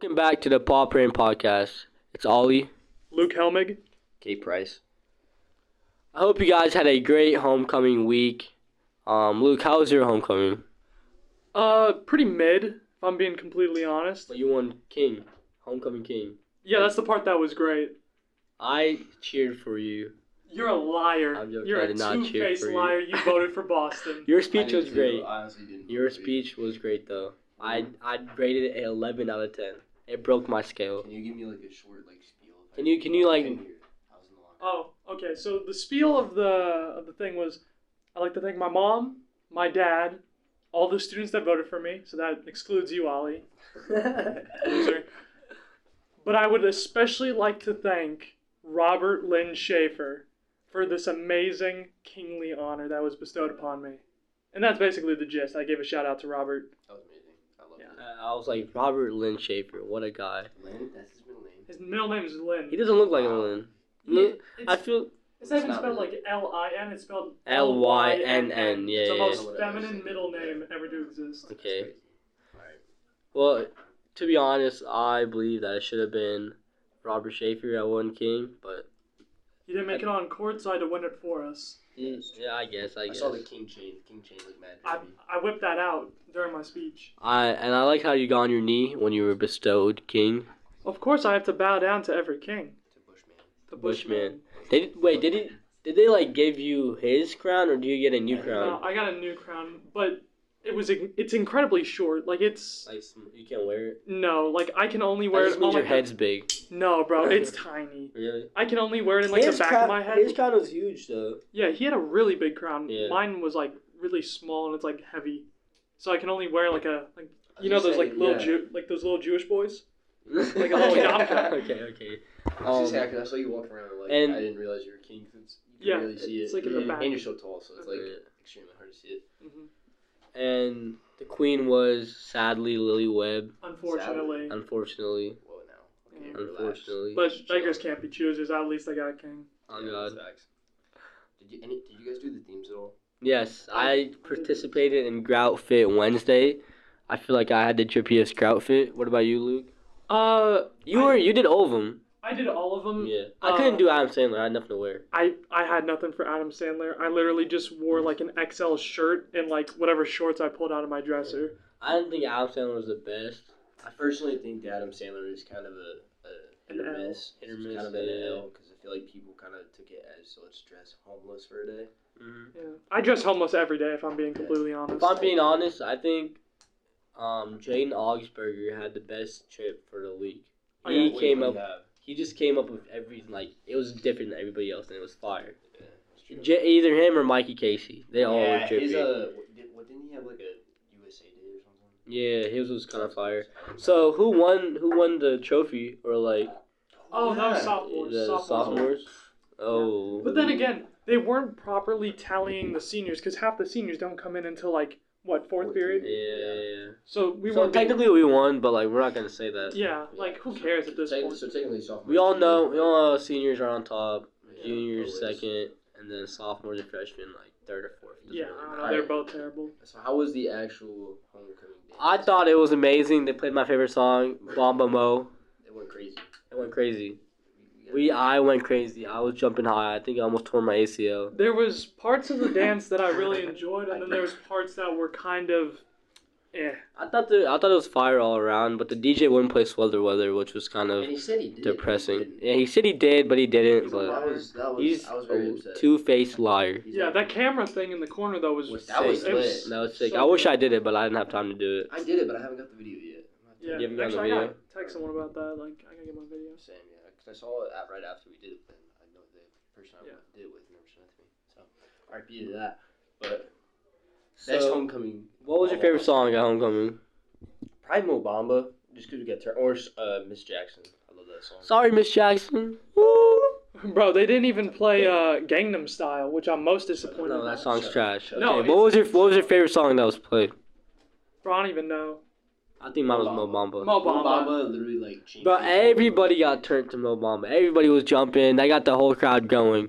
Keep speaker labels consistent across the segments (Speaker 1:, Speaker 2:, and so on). Speaker 1: Welcome back to the Paw Praying Podcast. It's Ollie.
Speaker 2: Luke Helmig.
Speaker 3: Kate Price.
Speaker 1: I hope you guys had a great homecoming week. Um, Luke, how was your homecoming?
Speaker 2: Uh, pretty mid, if I'm being completely honest.
Speaker 1: You won King, homecoming King.
Speaker 2: Yeah, that's the part that was great.
Speaker 1: I cheered for you.
Speaker 2: You're a liar.
Speaker 1: I'm joking,
Speaker 2: You're
Speaker 1: I
Speaker 2: a
Speaker 1: did not cheer
Speaker 2: two-faced
Speaker 1: for you.
Speaker 2: liar. You voted for Boston.
Speaker 1: Your speech was great.
Speaker 3: honestly didn't.
Speaker 1: Your speech was great though. I I rated it a 11 out of 10. It broke my scale.
Speaker 3: Can you give me like a short like spiel?
Speaker 1: Can you- can you, like-
Speaker 3: I was in the locker.
Speaker 2: Oh, okay. So the spiel of the of the thing was, I'd like to thank my mom, my dad, all the students that voted for me. So that excludes you, Ollie, loser. But I would especially like to thank Robert Lynn Schaefer for this amazing kingly honor that was bestowed upon me. And that's basically the gist. I gave a shout out to Robert.
Speaker 3: That was amazing. I loved
Speaker 2: Yeah.
Speaker 1: Uh, I was like Robert Lynn Schaefer. What a guy.
Speaker 3: it. Lynn, that's his middle name.
Speaker 2: His middle name is Lynn.
Speaker 1: He doesn't look like a Lynn. Look, I
Speaker 2: It's-
Speaker 1: feel
Speaker 2: It's not even
Speaker 3: It's not
Speaker 2: spelled like L I N. It's spelled
Speaker 1: L Y N N, yeah,
Speaker 2: It's the
Speaker 1: yeah,
Speaker 2: most
Speaker 3: yeah.
Speaker 2: feminine middle name ever to exist.
Speaker 3: That's
Speaker 1: okay.
Speaker 3: crazy. Alright.
Speaker 1: Well, to be honest, I believe that it should have been Robert Schaefer at one king, but
Speaker 2: You didn't make it on court, so I had to win it for us.
Speaker 1: yeah, I guess I
Speaker 3: Mm. I
Speaker 1: guess.
Speaker 3: saw the king chain. King chain looked mad.
Speaker 2: I,
Speaker 3: dirty.
Speaker 2: I whipped that out during my speech.
Speaker 1: I and I like how you got on your knee when you were bestowed king.
Speaker 2: Of course, I have to bow down to every king.
Speaker 3: It's a bushman.
Speaker 2: The
Speaker 1: Bushman. They wait, did he? Did they like give you his crown or do you get a new
Speaker 3: I don't
Speaker 2: No,
Speaker 1: crown?
Speaker 2: I got a new crown, but it was it's incredibly short. Like it's
Speaker 1: Like some- you can't wear it.
Speaker 2: no, like I can only
Speaker 1: That
Speaker 2: wear
Speaker 1: just
Speaker 2: it on
Speaker 1: means your
Speaker 2: like
Speaker 1: head's big.
Speaker 2: the- No, bro, it's tiny.
Speaker 1: Really?
Speaker 2: I can only wear it in like the back of my head.
Speaker 1: His crown was huge though.
Speaker 2: Yeah, he had a really big crown.
Speaker 1: Yeah.
Speaker 2: Mine was like really small and it's like heavy, so I can only wear like a like
Speaker 3: I was
Speaker 2: you know
Speaker 3: gonna
Speaker 2: those
Speaker 3: say,
Speaker 2: like little
Speaker 3: yeah.
Speaker 2: Jew like those little Jewish boys.
Speaker 1: like
Speaker 2: a little
Speaker 3: yacht crown.
Speaker 1: Okay, okay.
Speaker 3: I was just
Speaker 1: Um,
Speaker 3: happy 'cause I saw you walk around like
Speaker 1: and-
Speaker 3: I didn't realize you were king. 'cause it's, you can
Speaker 2: Yeah,
Speaker 3: really see
Speaker 2: it's
Speaker 3: it.
Speaker 2: like in the
Speaker 3: Mhm.
Speaker 2: back.
Speaker 3: And you're so tall, so it's like
Speaker 1: Yeah.
Speaker 3: extremely hard to see it.
Speaker 2: Mhm.
Speaker 1: And the queen was sadly Lily Webb,
Speaker 2: Unfortunately,
Speaker 1: unfortunately.
Speaker 3: Whoa, now.
Speaker 2: Yeah.
Speaker 3: Okay, relax.
Speaker 1: Unfortunately.
Speaker 2: but beggars can't be choosers. At least I got a king.
Speaker 1: Oh
Speaker 3: Yeah,
Speaker 1: god.
Speaker 3: that's facts. Did you any? Did you guys do the themes at all?
Speaker 1: Yes, I participated in Grout Fit Wednesday. I feel like I had the drippiest Grout Fit. What about you, Luke?
Speaker 2: Uh,
Speaker 1: You
Speaker 2: I-
Speaker 1: were you did all of them.
Speaker 2: I did all of them.
Speaker 1: Yeah, I
Speaker 2: uh,
Speaker 1: couldn't do Adam Sandler. I had nothing to wear.
Speaker 2: I I had nothing for Adam Sandler. I literally just wore like an XL shirt and like whatever shorts I pulled out of my dresser.
Speaker 1: I didn't think Adam Sandler was the best.
Speaker 3: I personally think that Adam Sandler is kind of a, a hit
Speaker 2: An
Speaker 3: or
Speaker 2: L.
Speaker 3: miss.
Speaker 1: Hit or
Speaker 3: It's
Speaker 1: miss,
Speaker 3: Kind of an
Speaker 1: yeah.
Speaker 3: L because I feel like people kind of took it as so let's dress homeless for a day.
Speaker 1: Mm-hmm.
Speaker 2: Yeah. I dress homeless every day if I'm being completely honest.
Speaker 1: If I'm being honest, I think um, Jaden Augsburger had the best trip for the week.
Speaker 2: Oh, yeah.
Speaker 1: He
Speaker 3: What do you
Speaker 1: came up.
Speaker 3: have?
Speaker 1: He just came up with everything. Like it was different than everybody else, and it was fire.
Speaker 3: Yeah, that's true.
Speaker 1: J- either him or Mikey Casey. They all were
Speaker 3: yeah, his,
Speaker 1: trippy.
Speaker 3: uh, what, did, what didn't he have like a USA Day or something?
Speaker 1: yeah, his was kind of fire. So who won? Who won the trophy or like
Speaker 2: Oh, that was sophomores.
Speaker 1: the
Speaker 2: sophomores.
Speaker 1: sophomores? Oh,
Speaker 2: But then again, they weren't properly tallying the seniors because half the seniors don't come in until like what fourth
Speaker 3: Fourth
Speaker 1: yeah,
Speaker 2: period.
Speaker 3: period.
Speaker 1: yeah. yeah.
Speaker 2: So we
Speaker 1: so
Speaker 2: weren't being-
Speaker 1: technically we won, but like we're not gonna say that.
Speaker 2: yeah, like who cares at this
Speaker 3: Techn-
Speaker 2: point?
Speaker 3: So technically, sophomore.
Speaker 1: We all know. We all know seniors are on top,
Speaker 3: Yeah,
Speaker 1: juniors
Speaker 3: always.
Speaker 1: second, and then sophomores and freshmen like third or fourth. Doesn't
Speaker 2: Yeah, uh,
Speaker 1: really
Speaker 2: I don't
Speaker 1: matter.
Speaker 2: know, they're both terrible.
Speaker 3: So how was the actual homecoming day?
Speaker 1: I thought it was amazing. They played my favorite song, Bomba Mo.
Speaker 3: it went crazy.
Speaker 1: It went crazy.
Speaker 3: We,
Speaker 1: We I went crazy. I was jumping high. I think I almost tore my ACL.
Speaker 2: There was parts of the dance that I really enjoyed, and then there was parts that were kind of, eh.
Speaker 1: I thought the I thought it was fire all around, but the DJ wouldn't play Swelter Weather, which was kind
Speaker 3: and
Speaker 1: of
Speaker 3: he said he did. but he
Speaker 1: depressing.
Speaker 3: didn't.
Speaker 1: Yeah, he said he did, but he didn't.
Speaker 2: He's
Speaker 3: That
Speaker 1: But
Speaker 2: lying.
Speaker 3: was that was.
Speaker 1: he's
Speaker 3: I was very
Speaker 1: a
Speaker 3: upset.
Speaker 1: two-faced liar.
Speaker 3: He's
Speaker 2: Yeah,
Speaker 3: like-
Speaker 2: that camera thing in the corner though was.
Speaker 3: That was
Speaker 2: it
Speaker 3: lit.
Speaker 1: That was sick. I wish I did it, but I didn't have time to do it.
Speaker 3: I did it, but I haven't got the video yet. I'm gonna
Speaker 2: Yeah,
Speaker 3: have to-
Speaker 1: Give me
Speaker 2: actually, I
Speaker 1: another
Speaker 2: gotta text someone about that. Like, I gotta get my videos.
Speaker 3: Same, yeah, because I saw it at, right after we did it, and I know the person I
Speaker 2: Yeah.
Speaker 3: did it with never sent it to me. So, RIP to that. But that's
Speaker 1: So,
Speaker 3: homecoming.
Speaker 1: what was your favorite song at homecoming?
Speaker 3: Probably Mo Bamba, just because we got turned. Or uh, Miss Jackson. I love that song.
Speaker 1: Sorry, Miss Jackson. Woo!
Speaker 2: Bro, they didn't even play uh, Gangnam Style, which I'm most disappointed.
Speaker 1: No,
Speaker 2: about.
Speaker 1: that song's trash.
Speaker 3: No,
Speaker 1: Okay, what
Speaker 2: it's-
Speaker 1: was your what was your favorite song that was played?
Speaker 2: Bro, I don't even know.
Speaker 1: I think mine was Mo Bamba.
Speaker 2: Mo
Speaker 3: Mo
Speaker 2: Bamba.
Speaker 3: Bamba literally like changed.
Speaker 1: Bro,
Speaker 3: the-
Speaker 1: everybody got turned to Mo Bamba. Everybody was jumping. They got the whole crowd going.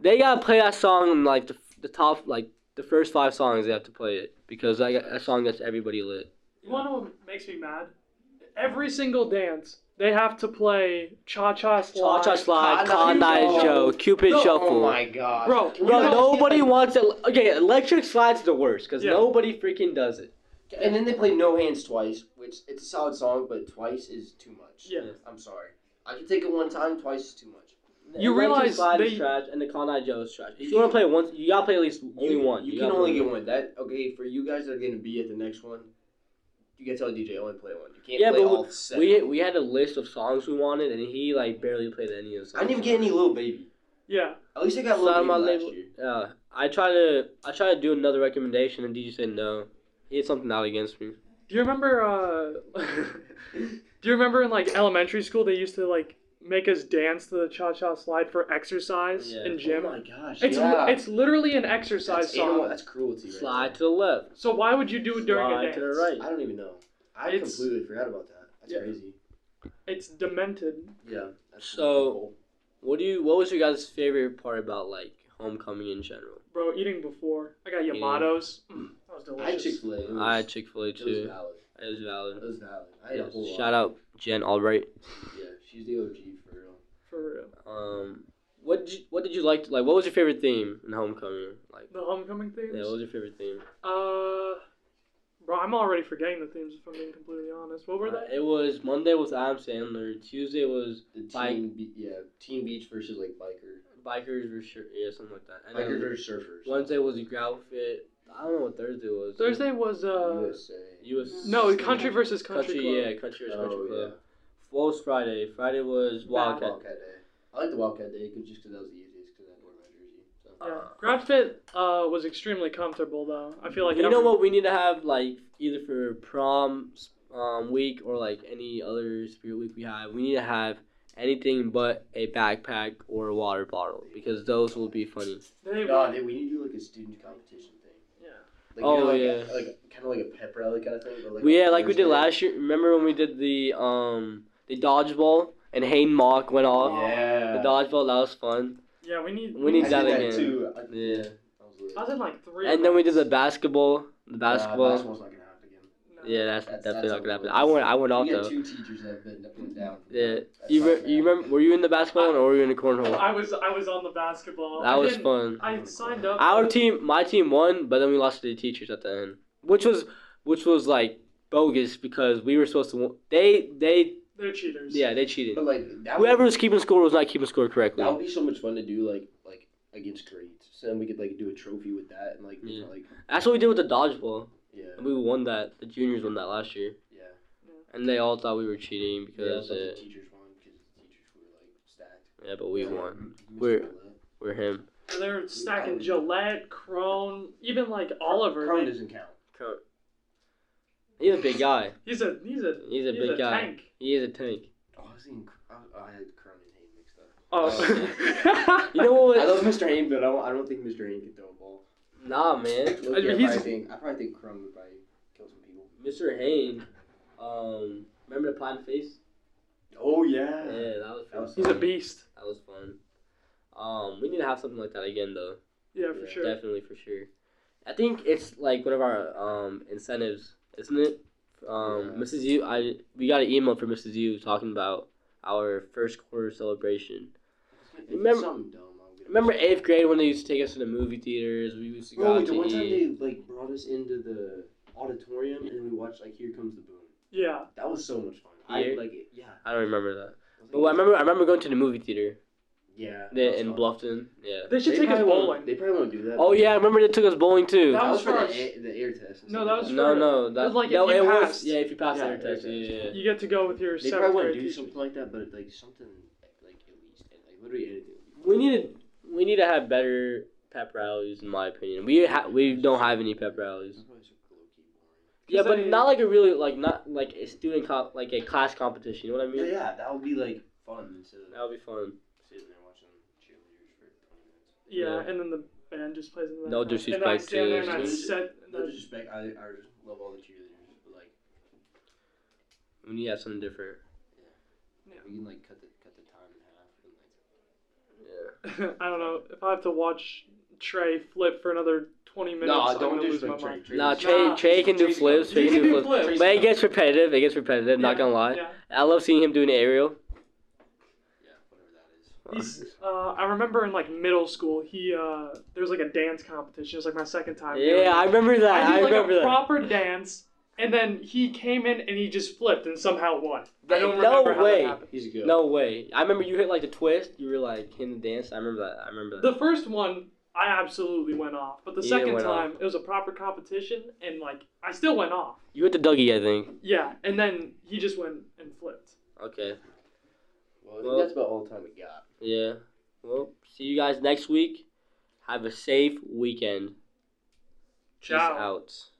Speaker 1: They gotta play that song in like the, the top like the first five songs. They have to play it because that, that song gets everybody lit.
Speaker 2: You wanna know what makes me mad? every single dance, they have to play Cha Cha
Speaker 1: Cha
Speaker 2: Slide.
Speaker 1: Cha Slide,
Speaker 3: Conda
Speaker 1: Conda
Speaker 3: Joe.
Speaker 1: Joe, Cupid
Speaker 2: No, oh
Speaker 1: Shuffle.
Speaker 3: Oh my god.
Speaker 2: Bro,
Speaker 3: Can
Speaker 1: Bro,
Speaker 3: you not
Speaker 1: nobody
Speaker 3: get, like-
Speaker 1: wants it. Okay, electric slide's the worst because
Speaker 2: Yeah.
Speaker 1: nobody freaking does it.
Speaker 3: And then they play No Hands twice, which it's a solid song, but twice is too much.
Speaker 2: Yeah.
Speaker 3: I'm sorry. I can take it one time, twice is too much.
Speaker 1: The
Speaker 2: You
Speaker 1: electric
Speaker 2: realize
Speaker 1: slide is
Speaker 2: they-
Speaker 1: trash and the Conda Joe is trash. If
Speaker 3: You
Speaker 1: you want
Speaker 3: can-
Speaker 1: to play once, you gotta play at least only one.
Speaker 3: You, can
Speaker 1: gotta
Speaker 3: only
Speaker 1: play
Speaker 3: get one. That okay for you guys that are gonna be at the next one. You can tell DJ only play one. You can't
Speaker 1: Yeah,
Speaker 3: play
Speaker 1: but
Speaker 3: all seven.
Speaker 1: We we had a list of songs we wanted and he like barely played any of the songs.
Speaker 3: I didn't even get any little baby.
Speaker 2: Yeah.
Speaker 3: At least I got
Speaker 1: Slide
Speaker 3: little baby
Speaker 1: my
Speaker 3: last
Speaker 1: label.
Speaker 3: year.
Speaker 1: Yeah, Uh, I tried to I tried to do another recommendation and DJ said no. He had something out against me.
Speaker 2: Do you remember? Uh, do you remember in like elementary school they used to like make us dance to the Cha Cha Slide for exercise
Speaker 1: Yeah.
Speaker 2: in gym?
Speaker 3: Oh my gosh.
Speaker 2: it's
Speaker 3: yeah.
Speaker 2: it's literally an exercise
Speaker 3: that's,
Speaker 2: song.
Speaker 3: animal- that's cruelty. Right
Speaker 1: Slide to the left,
Speaker 2: So why would you do it during a
Speaker 1: slide
Speaker 2: dance?
Speaker 1: to the right.
Speaker 3: there. I don't even know. I
Speaker 2: It's-
Speaker 3: completely forgot about that. That's
Speaker 2: Yeah.
Speaker 3: crazy.
Speaker 2: It's demented.
Speaker 3: Yeah. That's
Speaker 1: So- What do you? What was your guys' favorite part about like homecoming in general?
Speaker 2: Bro, eating before. I got
Speaker 1: Yeah.
Speaker 2: Yamato's. Mm, that was
Speaker 3: I had
Speaker 2: delicious.
Speaker 3: Chick Fil A.
Speaker 1: I had Chick Fil A
Speaker 3: It was
Speaker 1: too.
Speaker 3: valid.
Speaker 1: It was
Speaker 3: It
Speaker 1: valid.
Speaker 3: was valid. I had a whole
Speaker 1: Shout
Speaker 3: lot.
Speaker 1: out Jen Albright.
Speaker 3: Yeah, she's the OG for real.
Speaker 2: For real.
Speaker 1: Um, what did you, what did you like? Like, what was your favorite theme in homecoming? Like,
Speaker 2: The homecoming themes?
Speaker 1: yeah, what was your favorite theme?
Speaker 2: Uh, bro, I'm already forgetting the themes if I'm being completely honest. What were
Speaker 1: Uh,
Speaker 2: they?
Speaker 1: it was Monday was Adam Sandler. Tuesday was
Speaker 3: The team,
Speaker 1: Bike.
Speaker 3: be- yeah, Team Beach versus like biker,
Speaker 1: bikers or sure, yeah, something like that. And
Speaker 3: biker
Speaker 1: then
Speaker 3: versus surfers.
Speaker 1: Wednesday was grout fit. I don't know what Thursday was.
Speaker 2: Thursday was, uh,
Speaker 3: USA.
Speaker 1: U.S.
Speaker 2: no, country versus country.
Speaker 1: country,
Speaker 2: club.
Speaker 1: yeah, country versus
Speaker 3: Oh,
Speaker 1: country club.
Speaker 3: yeah.
Speaker 1: What was Friday? Friday was Wildcat.
Speaker 3: Wildcat Day. I like the Wildcat Day cause just because that was the easiest because I wore my jersey. So.
Speaker 2: Yeah. Grad fit uh, was extremely comfortable though. I feel like
Speaker 1: you
Speaker 2: every-
Speaker 1: know what we need to have like either for prom um, week or like any other spirit week we have we need to have anything but a backpack or a water bottle because those will be funny
Speaker 2: They
Speaker 3: God,
Speaker 2: were-
Speaker 3: dude, we need to do like a student competition thing.
Speaker 2: Yeah.
Speaker 3: Like,
Speaker 1: Oh,
Speaker 3: like,
Speaker 1: yeah.
Speaker 3: like kind of like a pep rally kind of thing. But, like,
Speaker 1: we
Speaker 3: on
Speaker 1: yeah like we did
Speaker 3: Thursday.
Speaker 1: last year remember when we did the um the dodgeball and Hayden Mock went off
Speaker 3: Yeah.
Speaker 1: the dodgeball that was fun
Speaker 2: yeah, we need.
Speaker 1: We need
Speaker 3: I
Speaker 1: that
Speaker 3: did
Speaker 1: again.
Speaker 3: too. I,
Speaker 1: yeah
Speaker 3: I was lit.
Speaker 2: I was in like three.
Speaker 1: and then we did the basketball the
Speaker 3: Nah,
Speaker 1: basketball
Speaker 3: basketball's not gonna happen again.
Speaker 2: No.
Speaker 1: yeah that's,
Speaker 3: That's-
Speaker 1: definitely
Speaker 3: that's
Speaker 1: not gonna happen
Speaker 3: a-
Speaker 1: I went I went off
Speaker 3: we got
Speaker 1: though
Speaker 3: two teachers that have been, that went down. for
Speaker 1: yeah
Speaker 3: that. That's
Speaker 1: you,
Speaker 3: not
Speaker 1: re-
Speaker 3: gonna
Speaker 1: you
Speaker 3: happen.
Speaker 1: remember were you in the basketball one or were you in the cornhole
Speaker 2: I was I was on the basketball. I
Speaker 1: that was
Speaker 2: didn't-
Speaker 1: fun
Speaker 2: I signed up.
Speaker 1: Our
Speaker 2: but-
Speaker 1: team, my team won, but then we lost to the teachers at the end, which was which was like bogus because we were supposed to. win. They they
Speaker 2: They're cheaters.
Speaker 1: yeah they cheated.
Speaker 3: But like that
Speaker 1: Whoever
Speaker 3: would,
Speaker 1: was keeping score was not keeping score correctly.
Speaker 3: that would be so much fun to do like like against grades. So then we could like do a trophy with that and like
Speaker 1: Yeah.
Speaker 3: like
Speaker 1: That's what we did with the dodgeball.
Speaker 3: yeah
Speaker 1: And we won that. The juniors won that last year,
Speaker 3: yeah.
Speaker 1: and they all thought we were cheating
Speaker 3: yeah that's
Speaker 1: because
Speaker 3: what the
Speaker 1: uh,
Speaker 3: teachers won because the teachers were like stacked.
Speaker 1: yeah, but we
Speaker 3: Yeah.
Speaker 1: won.
Speaker 3: We
Speaker 1: We're-
Speaker 3: still won.
Speaker 1: We're him.
Speaker 2: So They were stacking Gillette, Crone, even like Oliver.
Speaker 3: Crown
Speaker 2: They-
Speaker 3: doesn't count.
Speaker 1: He's a big guy.
Speaker 2: He's a he's a
Speaker 1: He's a
Speaker 2: he's
Speaker 1: big
Speaker 2: a
Speaker 1: guy.
Speaker 2: tank.
Speaker 1: He is a tank.
Speaker 3: Oh, I was thinking, Cr- I, I had Crown and Hayne mixed up.
Speaker 2: Oh.
Speaker 1: You know what?
Speaker 3: I love Mr. Hayne, but I don't, I don't think Mr. Hayne can throw a ball.
Speaker 1: Nah, man.
Speaker 3: Look,
Speaker 2: I mean,
Speaker 3: yeah, I,
Speaker 2: he's-
Speaker 3: probably think, I probably think Crown would probably kill some people.
Speaker 1: Mr. Hayne. Um, remember the pine face?
Speaker 3: Oh
Speaker 1: Yeah,
Speaker 3: yeah.
Speaker 1: that was fun.
Speaker 2: he's a beast.
Speaker 1: That was fun. Um, we need to have something like that again, though.
Speaker 2: Yeah, for
Speaker 3: Yeah,
Speaker 2: sure.
Speaker 1: Definitely for sure. I think it's like one of our um incentives, isn't it? Um,
Speaker 3: Yeah.
Speaker 1: Mrs. U, I we got an email from Mrs. U talking about our first quarter celebration.
Speaker 3: If it's
Speaker 1: Remember-
Speaker 3: something dumb, I'll get it.
Speaker 1: Remember eighth grade when they used to take us to the movie theaters? We used to go
Speaker 3: Bro,
Speaker 1: out
Speaker 3: the
Speaker 1: to
Speaker 3: one time
Speaker 1: eat.
Speaker 3: they like brought us into the auditorium and we watched like Here Comes the Boom.
Speaker 2: Yeah.
Speaker 3: That was so much fun.
Speaker 1: Here?
Speaker 3: I like it. Yeah.
Speaker 1: I don't remember that,
Speaker 3: I was
Speaker 1: but
Speaker 3: like,
Speaker 1: I remember I remember going to the movie theater
Speaker 3: Yeah.
Speaker 1: the-
Speaker 3: that was
Speaker 1: in
Speaker 3: fun.
Speaker 1: Bluffton. Yeah.
Speaker 2: They should
Speaker 3: They
Speaker 2: take us
Speaker 3: probably won't-
Speaker 2: bowling.
Speaker 3: They probably won't do that.
Speaker 1: Oh
Speaker 3: but-
Speaker 1: yeah, I remember they took us bowling too.
Speaker 2: That
Speaker 3: That
Speaker 2: was
Speaker 3: was for
Speaker 2: for
Speaker 3: the
Speaker 2: us.
Speaker 3: air, the air test. and
Speaker 2: No,
Speaker 3: stuff
Speaker 2: that
Speaker 3: like
Speaker 2: was
Speaker 1: No,
Speaker 2: for-
Speaker 1: no, that
Speaker 2: was like if
Speaker 1: no,
Speaker 2: you
Speaker 1: it
Speaker 2: passed.
Speaker 1: was yeah. If you passed
Speaker 3: Yeah,
Speaker 1: their test,
Speaker 3: yeah,
Speaker 1: yeah, yeah.
Speaker 2: You get to go with your
Speaker 3: They
Speaker 2: seventh
Speaker 3: probably wouldn't
Speaker 2: grade
Speaker 3: do
Speaker 2: teacher.
Speaker 3: something like that, but like something like at least and, like literally anything.
Speaker 1: We need to we need to have better pep rallies, in my opinion. We ha- we don't have any pep rallies.
Speaker 3: That's probably so low-key boring.
Speaker 1: Yeah, but
Speaker 2: they-
Speaker 1: not like a really like not like a student co- like a class competition. You know what I mean?
Speaker 3: Yeah, yeah, that would be like fun instead
Speaker 1: That
Speaker 3: of
Speaker 1: would be fun.
Speaker 3: sitting there watching cheerleaders for twenty minutes.
Speaker 2: Yeah,
Speaker 1: Yeah.
Speaker 2: and then the band just plays in the
Speaker 1: No
Speaker 2: background.
Speaker 1: disrespect
Speaker 2: And I stand there and I
Speaker 3: to-
Speaker 2: set.
Speaker 3: No disrespect, I I just love all the cheerleaders, but like
Speaker 1: We need to have something different.
Speaker 3: we can like cut the cut the time in half and like.
Speaker 1: Yeah.
Speaker 2: I don't know if I have to watch Trey flip for another 20 minutes.
Speaker 3: No,
Speaker 2: I'm
Speaker 3: don't
Speaker 2: gonna
Speaker 3: do
Speaker 2: lose my
Speaker 3: spin
Speaker 2: mind.
Speaker 3: trade.
Speaker 1: Nah,
Speaker 3: Trade-
Speaker 1: Trey,
Speaker 2: Nah,
Speaker 1: Trey can do
Speaker 3: Trey's
Speaker 1: flips. Trey
Speaker 2: You
Speaker 1: can do flips.
Speaker 2: flips.
Speaker 3: Trey's
Speaker 1: But it
Speaker 3: tough.
Speaker 1: gets repetitive. It gets repetitive. Not
Speaker 2: Yeah,
Speaker 1: gonna lie.
Speaker 2: yeah.
Speaker 1: I love seeing him do an aerial.
Speaker 3: Yeah, whatever that is.
Speaker 2: He's, uh, I remember in like middle school, he uh, there was like a dance competition. It was like my second time. doing
Speaker 1: Yeah, I remember
Speaker 2: I
Speaker 1: that.
Speaker 2: did
Speaker 1: I,
Speaker 2: like
Speaker 1: remember
Speaker 2: a
Speaker 1: that.
Speaker 2: proper dance, and then he came in and he just flipped and somehow won. I don't
Speaker 1: No
Speaker 2: remember how
Speaker 1: way.
Speaker 2: that happened.
Speaker 3: He's good.
Speaker 1: no way. I remember you hit like the twist. You were like hitting the dance. I remember that. I remember that.
Speaker 2: The first one, I absolutely went off, but the
Speaker 1: Yeah,
Speaker 2: second
Speaker 1: went
Speaker 2: time it was a proper competition, and like I still went off.
Speaker 1: You hit the Dougie, I think.
Speaker 2: Yeah, and then he just went and flipped.
Speaker 1: Okay.
Speaker 3: Well, I think
Speaker 1: Well-
Speaker 3: that's about all the time we got.
Speaker 1: Yeah. Well, see you guys next week. Have a safe weekend. Peace
Speaker 2: Ciao.
Speaker 1: out.